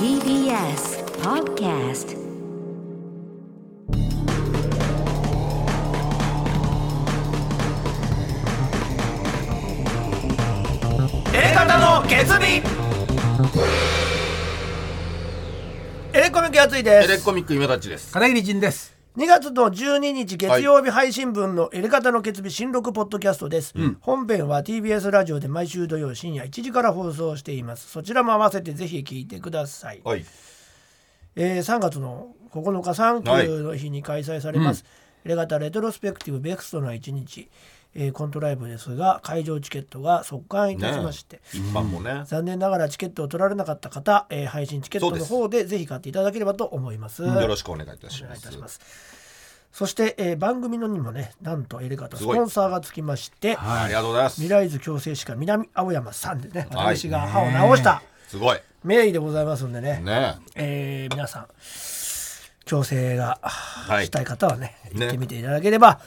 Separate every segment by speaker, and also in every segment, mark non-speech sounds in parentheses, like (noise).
Speaker 1: TBS Podcast
Speaker 2: 方の決意エレコミックやついで
Speaker 3: エレ
Speaker 2: す
Speaker 3: コミック今たちです。
Speaker 4: 片桐仁です
Speaker 2: 2月の12日月曜日配信分の「エレ方の決日新録ポッドキャスト」です、本編は TBS ラジオで毎週土曜深夜1時から放送していますそちらも合わせてぜひ聞いてください、
Speaker 3: はい。
Speaker 2: えー3月の9日サンキューの日に開催されます、レガタレトロスペクティブベクストの1日、えーコントライブですが会場チケットが即完いたしまして、
Speaker 3: 一般もね。
Speaker 2: 残念ながらチケットを取られなかった方、えー配信チケット
Speaker 3: そう
Speaker 2: の
Speaker 3: です
Speaker 2: 方でぜひ買っていただければと思います。
Speaker 3: よろしくお願いいたし
Speaker 2: お願
Speaker 3: ま
Speaker 2: いい
Speaker 3: す
Speaker 2: た。します。そして、えー番組のにもねなんとエレガタス
Speaker 3: すごい
Speaker 2: ポンサーがつきまして
Speaker 3: ありがとうございます
Speaker 2: 未。来図共生士課南青山さんでね
Speaker 3: はい
Speaker 2: 私が歯を直した
Speaker 3: すごい。
Speaker 2: 名医でございますんでね、
Speaker 3: ね
Speaker 2: えー皆さん矯正が、
Speaker 3: い
Speaker 2: したい方はね
Speaker 3: ね
Speaker 2: 行ってみていただければ、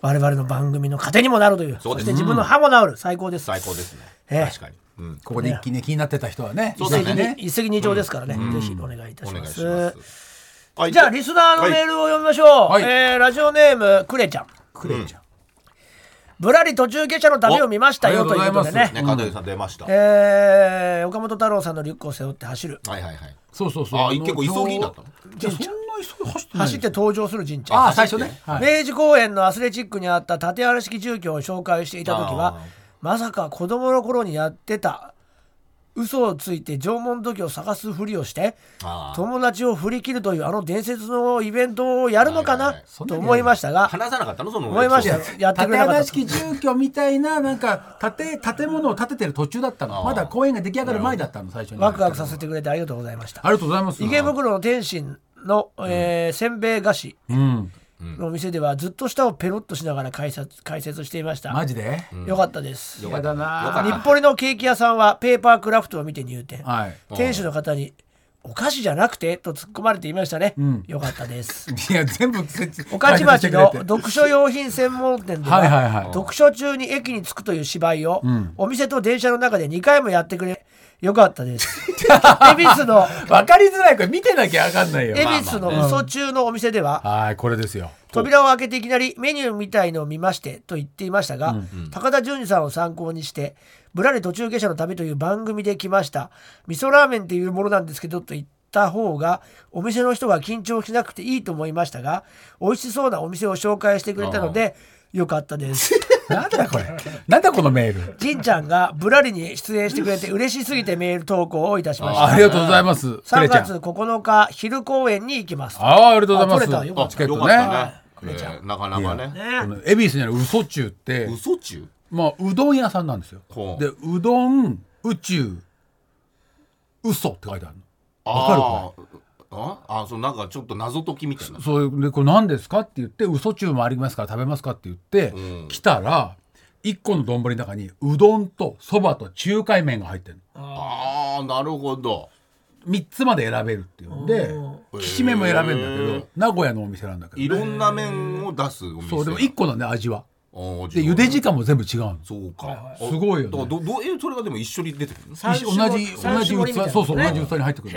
Speaker 2: 我々の番組の糧にもなるという
Speaker 3: そうです
Speaker 2: して自分の歯も治る最高です。
Speaker 3: 最高ですね。
Speaker 2: ええ
Speaker 3: 確かに。うん。
Speaker 4: ここで一気に気になってた人はね
Speaker 3: そう
Speaker 2: 一
Speaker 3: だ
Speaker 2: 石
Speaker 3: ね
Speaker 2: 二一石二鳥ですからね、ぜひお願いいた
Speaker 3: お
Speaker 2: し
Speaker 3: 願
Speaker 2: ま
Speaker 3: い
Speaker 2: す。
Speaker 3: します。はい
Speaker 2: じゃあリスナーのメールを読みましょう、
Speaker 4: はい
Speaker 2: えーラジオネームクレちゃん
Speaker 4: クレイちゃん
Speaker 2: ぶらり途中下車の旅を見ましたよ
Speaker 4: お
Speaker 2: ということで
Speaker 4: あり
Speaker 2: ね
Speaker 4: がとうございます
Speaker 3: ね、片桐さん出ました。はい
Speaker 2: えー岡本太郎さんのリュックを背負って走る
Speaker 3: はいはい。
Speaker 4: そうそうそう
Speaker 3: あ、結構急ぎだったの。
Speaker 4: じゃあそんな急ぎ走ってない
Speaker 2: 走って登場する神社
Speaker 4: ああ最初ねはい
Speaker 2: 明治公園のアスレチックにあった縦原式住居を紹介していた時は
Speaker 3: あー
Speaker 2: まさか子供の頃にやってた嘘をついて縄文土器を探すふりをして
Speaker 3: あー
Speaker 2: 友達を振り切るというあの伝説のイベントをやるのか
Speaker 3: はいはい
Speaker 2: な
Speaker 3: はい
Speaker 4: そんな
Speaker 2: と
Speaker 4: に
Speaker 2: 思いましたが
Speaker 3: 話さなかったのその。
Speaker 2: 思いましたよやってくれな
Speaker 4: 縦
Speaker 2: か
Speaker 4: 穴
Speaker 2: った
Speaker 4: 式住居みたいななんか建て建物を建ててる途中だった
Speaker 3: あ
Speaker 4: の
Speaker 3: ー
Speaker 4: まだ公園が出来上がる前だったの最初に
Speaker 2: ワクワクさせてくれてありがとうございました
Speaker 4: ありがとうございます
Speaker 2: 池袋の天津の、えーせんべい菓子
Speaker 4: うん
Speaker 2: のお店ではずっと舌をペロッとしながら解説解説していました、
Speaker 4: マジで
Speaker 2: よかったです
Speaker 4: やだ
Speaker 3: よか
Speaker 4: な
Speaker 3: っ
Speaker 2: (laughs) 日暮里のケーキ屋さんはペーパークラフトを見て入店、
Speaker 4: はい
Speaker 2: 店主の方に「お菓子じゃなくて?」と突っ込まれていましたね、よかったです
Speaker 4: いや全部説
Speaker 2: 御徒町の読書用品専門店では
Speaker 4: はいはいはい
Speaker 2: 読書中に駅に着くという芝居を、お店と電車の中で2回もやってくれよかったです
Speaker 4: (laughs)
Speaker 2: 恵比寿の
Speaker 4: わかりづらいこれ見てなきゃわかんないよ
Speaker 2: 恵比寿の嘘中のお店では
Speaker 4: はいこれですよ
Speaker 2: 扉を開けていきなりメニューみたいのを見ましてと言っていましたが、高田純次さんを参考にして「ぶらり途中下車の旅」という番組で来ました味噌ラーメンっていうものなんですけどと言った方がお店の人が緊張しなくていいと思いましたが美味しそうなお店を紹介してくれたのでよかったです。 (laughs)
Speaker 4: なんだこれなんだこのメール
Speaker 2: じんちゃんが「ぶらり」に出演してくれて嬉しすぎてメール投稿をいたしまし
Speaker 4: あ
Speaker 2: た
Speaker 4: りがとうございますク
Speaker 2: 3
Speaker 4: レちゃん
Speaker 2: 月9日昼公演に行きます
Speaker 4: ああ、ありがとうござい
Speaker 2: あ取れた
Speaker 4: ま
Speaker 2: よ
Speaker 4: す。
Speaker 2: かった
Speaker 4: チケッ
Speaker 3: よか
Speaker 4: ト
Speaker 3: っ
Speaker 4: ね。
Speaker 3: たね。えーなかなかね。
Speaker 2: ね
Speaker 4: この恵比寿にある嘘中って、
Speaker 3: 嘘中。
Speaker 4: まあ、うどん屋さんなんですよ
Speaker 3: ほ。う
Speaker 4: で、うどん、宇宙、嘘って書いてある
Speaker 3: あーあ。あ、そうなんかちょっと謎解きみたいな
Speaker 4: の。。そういう、で、これ何ですかって言って、嘘中もありますから食べますかって言って、
Speaker 3: うん
Speaker 4: 来たら、一個の丼の中にうどんとそばと中華麺が入ってるの。
Speaker 3: ああ、なるほど。
Speaker 4: 3つまで選べるっていうんで
Speaker 3: ー、
Speaker 4: きしめんも選べるんだけ
Speaker 3: へー
Speaker 4: ど、名古屋のお店なんだけ
Speaker 3: い
Speaker 4: どね、
Speaker 3: ろんな面を出すお店。
Speaker 4: そう、でも1個なんで味は。
Speaker 3: 個
Speaker 4: で、茹で時間も全部違うの。
Speaker 3: そうか。
Speaker 4: すごい
Speaker 3: だ
Speaker 4: よね
Speaker 3: からどどえそれがでも一緒に出てくるの。
Speaker 2: 三
Speaker 4: 同
Speaker 2: 種盛り
Speaker 4: じ同
Speaker 2: 三種盛りみ
Speaker 4: じ
Speaker 2: たいな
Speaker 4: 器そうそう同じ器に入ってくる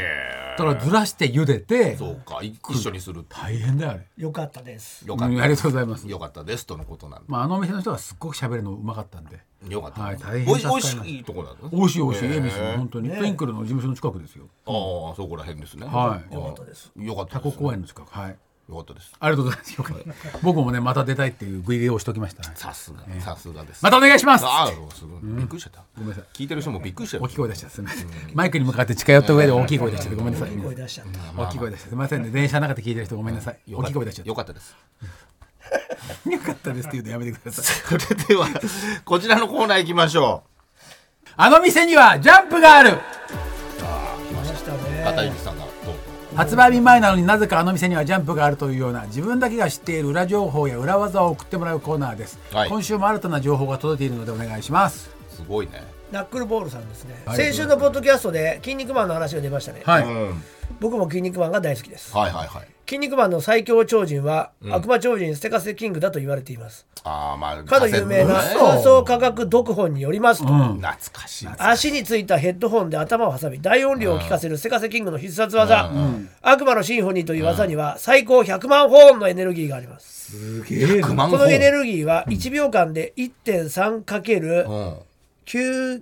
Speaker 4: だからずらして茹でて
Speaker 3: そうか。い一緒にするって。
Speaker 4: 大変だよあれ
Speaker 2: よかったです
Speaker 3: よかっ
Speaker 4: うんありがとうございます
Speaker 3: た。よかったですとのことなんで。
Speaker 4: まああのお店の人がすっごく喋るのうまかったんで
Speaker 3: よかった。
Speaker 4: はい大変
Speaker 3: おいし
Speaker 4: 助か
Speaker 3: おい
Speaker 4: りま
Speaker 3: し
Speaker 4: した
Speaker 3: いいとこなの。
Speaker 4: 美味しい美味しい
Speaker 3: へー
Speaker 4: 恵比寿の本当にトインクルの事務所の近くですよ
Speaker 3: ああそこら辺ですね。
Speaker 4: はい
Speaker 3: よかったです。よかった。
Speaker 4: タコ公園の近くはい
Speaker 3: よかったです。
Speaker 4: ありがとうございますよかった僕もねまた出たいっていうグイグイをしときましたね
Speaker 3: さすがさすがです。
Speaker 4: またお願いします
Speaker 3: ああすごい。びっくりしちゃった。
Speaker 4: ごめんなさい
Speaker 3: 聞いてる人もびっくりしちゃう
Speaker 4: 大きい声出しちゃったすみませんマイクに向かって近寄った上で大きい声出しちゃってごめんなさい
Speaker 2: 声出しちゃった
Speaker 4: 大きい声出しちゃってすみませんね電車の中で聞いてる人ごめんなさい大きい声出しちゃって
Speaker 3: よかったです。
Speaker 4: よかったですって言うとやめてください
Speaker 3: それではこちらのコーナー行きましょ
Speaker 4: あの店にはジャンプがある
Speaker 2: 来ました
Speaker 3: う。
Speaker 2: ね
Speaker 3: 片桐さんがどうぞ。
Speaker 4: 発売日前なのになぜかあの店にはジャンプがあるというような自分だけが知っている裏情報や裏技を送ってもらうコーナーです、
Speaker 3: はい
Speaker 4: 今週も新たな情報が届いているのでお願いします
Speaker 3: すごいね。
Speaker 2: ナックルボールさんですね、
Speaker 4: はい
Speaker 2: 先週のポッドキャストで「筋肉マン」の話が出ましたね、
Speaker 4: は
Speaker 3: うん。はい
Speaker 2: 僕も「筋肉マン」が大好きです
Speaker 3: はいはい。
Speaker 2: 筋肉マンの最強超人は、悪魔超人ステカセキングだと言われています。
Speaker 3: ああまあ
Speaker 2: かの有名な
Speaker 3: カセット
Speaker 2: 空想科学読本によりますと、
Speaker 3: ね懐かしい
Speaker 2: 足についたヘッドホンで頭を挟み大音量を聞かせるセカセキングの必殺技、悪魔のシンフォニーという技には最高100万ホーンのエネルギーがあります、
Speaker 4: すげえ
Speaker 3: 100万
Speaker 2: このエネ
Speaker 3: ル
Speaker 2: ルギーは1秒間で 1.3×99998
Speaker 3: うん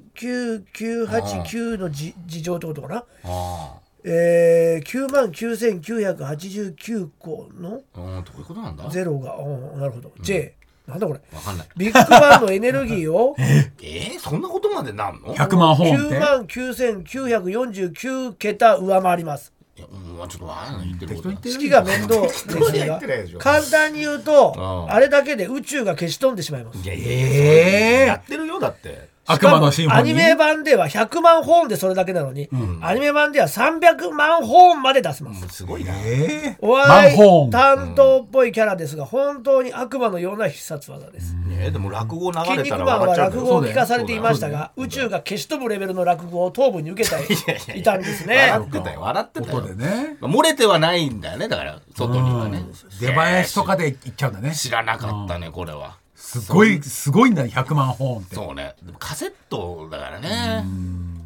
Speaker 2: のじ事情ってことかな、
Speaker 3: あ
Speaker 2: えー、9万9989個の
Speaker 3: あうんどういうことなんだわ
Speaker 2: ゼロが、うん、なるほど、J なんだこれ
Speaker 3: かんない
Speaker 2: ビッグバンのエネルギーを
Speaker 3: えー、そんなことまでなんの
Speaker 4: 100万本って
Speaker 2: 9万9949桁上回ります
Speaker 3: いやうんちょっとわかんない言ってること
Speaker 4: 適当に言って
Speaker 2: 式が面倒です
Speaker 3: 適当には言
Speaker 2: が
Speaker 3: ってないでしょ
Speaker 2: 簡単に言うと
Speaker 3: うん
Speaker 2: あれだけで宇宙が消し飛んでしまいます
Speaker 3: いやいや
Speaker 4: えー
Speaker 3: やってるよだって
Speaker 4: 悪魔のシンフォ
Speaker 2: ア
Speaker 4: ニ
Speaker 2: ニ
Speaker 4: ー
Speaker 2: メ版では100万本でそれだけなのに、アニメ版では300万本まで出せます、
Speaker 3: すごいな
Speaker 4: え
Speaker 2: お笑
Speaker 4: マンホー
Speaker 2: い
Speaker 4: ン
Speaker 2: 担当っぽいキャラですが本当に悪魔のような必殺技です、
Speaker 3: ねでも落語流
Speaker 2: 筋
Speaker 3: れ
Speaker 2: 肉
Speaker 3: た
Speaker 2: マ
Speaker 3: ら
Speaker 2: ン
Speaker 3: 笑っ
Speaker 2: は
Speaker 3: ちゃうんだ
Speaker 2: 落
Speaker 3: よ
Speaker 2: 語を聞
Speaker 4: そうだよ
Speaker 2: かされていましたが、宇宙が消し飛ぶレベルの落語を頭部に受けたいいたんですね
Speaker 3: 笑ってたよ笑って
Speaker 4: ー、
Speaker 3: たよ
Speaker 4: 音でね
Speaker 3: まあ漏れてはないんだよねだから外にはね
Speaker 4: 出囃子とかでいっちゃうんだね
Speaker 3: 知らなかったねこれは
Speaker 4: すごいすごいんだね100万本って
Speaker 3: そうねでもカセットだからね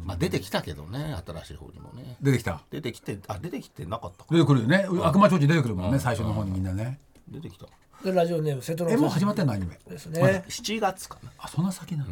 Speaker 3: まあ出てきたけどね新しい方にもね
Speaker 4: 出てきた
Speaker 3: 出てきてあ出てきてなかったか
Speaker 4: 出てくるよね悪魔超人出てくるもんね最初の方にみんなね
Speaker 3: 出てきた
Speaker 2: でラジオネーム瀬戸
Speaker 4: えもう
Speaker 2: の
Speaker 4: 始まってんのアニメ
Speaker 2: ですね
Speaker 3: 7月か
Speaker 4: あそんな先なの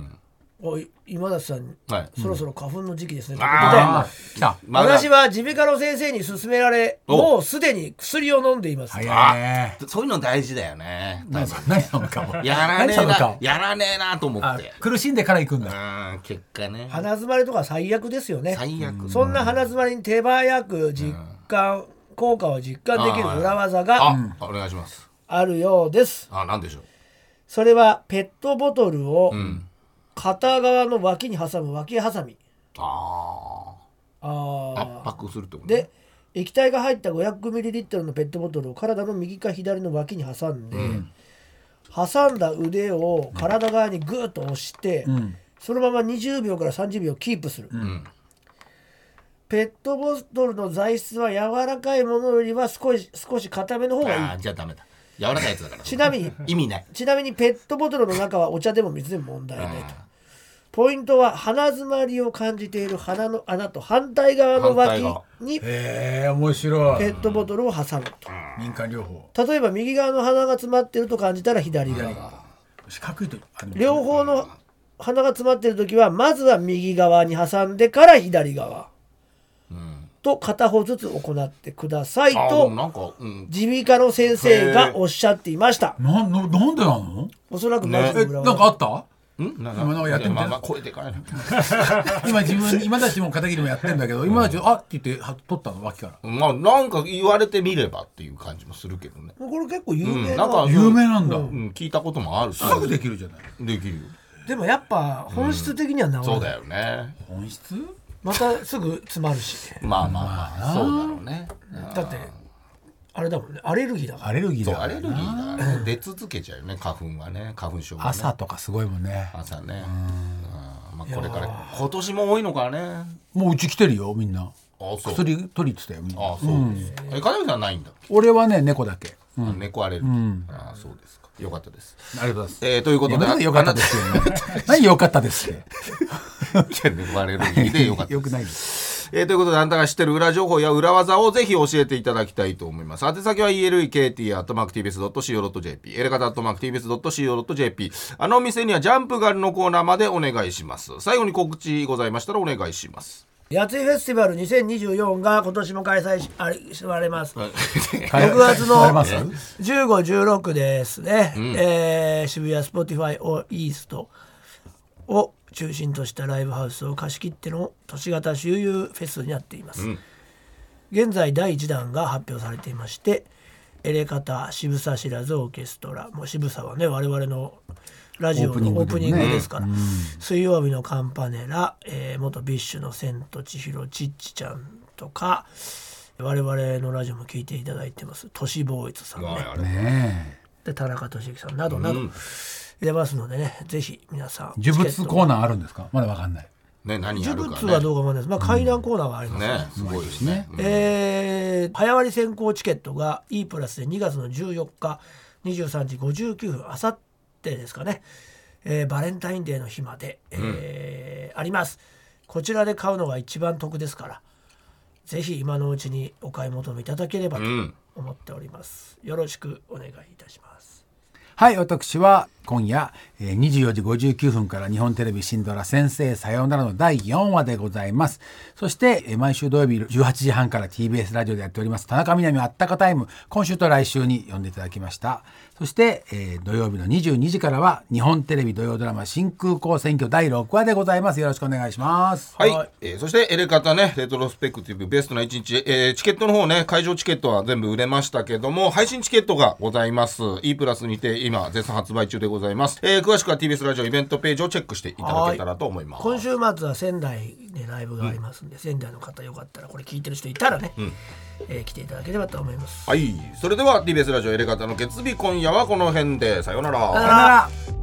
Speaker 2: おい今田さん
Speaker 3: なはい
Speaker 2: そろそろ花粉の時期ですね、ということで
Speaker 4: あ
Speaker 3: あ
Speaker 4: ー来た
Speaker 3: まだ
Speaker 2: 私は耳鼻科の先生に勧められ
Speaker 3: お
Speaker 2: もうすでに薬を飲んでいます、
Speaker 4: 早い
Speaker 3: あ
Speaker 4: ね
Speaker 3: そういうの大事だよね多
Speaker 4: 何
Speaker 3: 分
Speaker 4: 何その顔
Speaker 3: やらねえ
Speaker 4: 何その
Speaker 3: な
Speaker 4: 顔
Speaker 3: やらねえなと思っ
Speaker 4: あ
Speaker 3: て
Speaker 4: 苦しんでから行くんだ
Speaker 3: うん結果ね
Speaker 2: 鼻づまりとか最悪ですよね
Speaker 3: 最悪
Speaker 2: そんな鼻づまりに手早く実感、効果を実感できる裏技
Speaker 3: あ
Speaker 2: が
Speaker 3: あお願いします
Speaker 2: あるようです
Speaker 3: あなんでしょう
Speaker 2: それはペットボトルを
Speaker 3: ん
Speaker 2: 片側の脇に挟む脇挟み
Speaker 3: ああ
Speaker 2: あ
Speaker 3: 圧迫するってこと
Speaker 2: ーで液体が入った 500ml のペットボトルを体の右か左の脇に挟んで、挟んだ腕を体側にグーッと押して、
Speaker 4: うん
Speaker 2: そのまま20秒から30秒キープする、
Speaker 3: ん
Speaker 2: ペットボトルの材質は柔らかいものよりは少し少し硬めの方がい
Speaker 3: あ
Speaker 2: い
Speaker 3: ーじゃあダメだ柔らかいやつだから
Speaker 2: ちなみ
Speaker 3: (laughs)
Speaker 2: に
Speaker 3: 意味ない
Speaker 2: ちなみにペットボトルの中はお茶でも水でも問題ないとポイントは鼻づまりを感じている鼻の穴と反対側の
Speaker 3: 反
Speaker 2: 脇
Speaker 3: 対側
Speaker 2: にペ
Speaker 4: へえ面白い
Speaker 2: ットボトルを挟む
Speaker 4: 民間療法
Speaker 2: と例えば右側の鼻が詰まっていると感じたら左側
Speaker 4: 四角いとあの
Speaker 2: 両方の鼻が詰まっている時はまずは右側に挟んでから左側と片方ずつ行ってください
Speaker 3: あーでも
Speaker 2: と
Speaker 3: なんかうん
Speaker 2: 耳鼻科の先生がおっしゃっていました
Speaker 4: なななんでなの
Speaker 2: おそらくマジ
Speaker 4: え
Speaker 2: で裏
Speaker 4: なんかあ
Speaker 2: 技
Speaker 4: った
Speaker 3: んなんか
Speaker 4: 今のやってみ
Speaker 3: いま
Speaker 4: て
Speaker 3: あまあ超えていかないな
Speaker 4: 今自分 (laughs) 今たちも片桐もやってんだけど今たちあって言っては取ったの脇から
Speaker 3: まあなんか言われてみればっていう感じもするけどね
Speaker 2: これ結構有
Speaker 3: う
Speaker 2: 名
Speaker 3: んなんか
Speaker 2: な
Speaker 4: 有名なんだ
Speaker 3: うん聞いたこともあるし
Speaker 4: すぐできるじゃない
Speaker 3: できるよ
Speaker 2: でもやっぱ本質的には治らない、
Speaker 3: そうだよね
Speaker 4: 本質
Speaker 2: またすぐ詰まるし
Speaker 3: まあまあまあそうだろうね
Speaker 2: だってあれだもんねアレルギーだから
Speaker 4: アレルギー
Speaker 3: そう
Speaker 4: だか
Speaker 3: アレ
Speaker 4: ら
Speaker 3: ルギーがね出続けちゃうよね花粉はね花粉症はね
Speaker 4: 朝とかすごいもんね
Speaker 3: 朝ねうんまあこれから今年も多いのかね
Speaker 4: もううち来てるよみんな
Speaker 3: あそう
Speaker 4: 薬取りって言ってたよみんな
Speaker 3: あそうですえ金森さんないんだ
Speaker 4: 俺はね猫だけ
Speaker 3: あ猫アレルギー、ああそうですかよかったです、
Speaker 4: ありがとうございます
Speaker 3: えー、ということ
Speaker 4: や
Speaker 3: で
Speaker 4: めなさいよかったですよね (laughs) 何よかったですって
Speaker 3: あなた猫アレルギーでよかった
Speaker 4: よくないです
Speaker 3: えーということであなたが知ってる裏情報や裏技をぜひ教えていただきたいと思います宛先は elekt.tbs.co.jp エレカタ .tbs.co.jp あのお店にはジャンプガルのコーナーまでお願いします最後に告知ございましたらお願いします
Speaker 2: やついフェスティバル2024が今年も開催しあれしわれます
Speaker 4: 変え
Speaker 2: 6月の
Speaker 4: 変えます
Speaker 2: 1516ですね、えー渋谷スポティファイオイーストを中心としたライブハウスを貸し切っての都市型周遊フェスになっています、現在第1弾が発表されていましてエレカタ渋沢知らずオーケストラもう渋沢はね我々のラジオのオ
Speaker 4: オ
Speaker 2: ー
Speaker 4: ー
Speaker 2: プ
Speaker 4: プ
Speaker 2: ニ
Speaker 4: ニ
Speaker 2: ン
Speaker 4: ン
Speaker 2: グ
Speaker 4: グでもね
Speaker 2: ですから、水曜日のカンパネラ、えー元ビッシュの千と千尋ちっちちゃんとか我々のラジオも聞いていただいてます都市ボーイズさんね
Speaker 3: あれ
Speaker 4: ねえ
Speaker 2: で田中俊之さんなどなど入れますのでねぜひ皆さん
Speaker 4: 呪
Speaker 2: チケッ
Speaker 4: 物
Speaker 2: ト
Speaker 4: コーナーあるんですかまだわかんない
Speaker 3: (laughs) ね何や
Speaker 2: 呪
Speaker 3: るか
Speaker 2: 物
Speaker 3: ね
Speaker 2: はどうかわかんないです。まあ階段コーナーはありますね。
Speaker 3: ねすごいですね
Speaker 2: えー早割り先行チケットが E プラスで2月の14日23時59分あさってですかね、えーバレンタインデーの日まで、えーありますこちらで買うのが一番得ですからぜひ今のうちにお買い求めいただければと
Speaker 3: ん
Speaker 2: 思っております、よろしくお願いいたします
Speaker 4: はい、私は今夜えー24時59分から日本テレビシンドラ先生さようならの第4話でございます。そしてえー毎週土曜日18時半から TBS ラジオでやっております田中みな実あったかタイム、今週と来週に呼んでいただきました。そして、えー土曜日の22時からは日本テレビ土曜ドラマ真空港選挙第6話でございます。よろしくお願いします。
Speaker 3: はい、
Speaker 2: はい
Speaker 3: えーそしてエレカタねレトロスペクティブベストな一日、えーチケットの方ね会場チケットは全部売れましたけども配信チケットがございます E プラスにて今絶賛発売中でございます、えー詳しくは TBS ラジオイベントページをチェックしていただけたらと思います
Speaker 2: 今週末は仙台でライブがありますんで、仙台の方よかったらこれ聞いてる人いたらね、えー来ていただければと思います
Speaker 3: はいそれでは TBS ラジオエレカタの月曜日今夜はこの辺でさようなら
Speaker 4: さようなら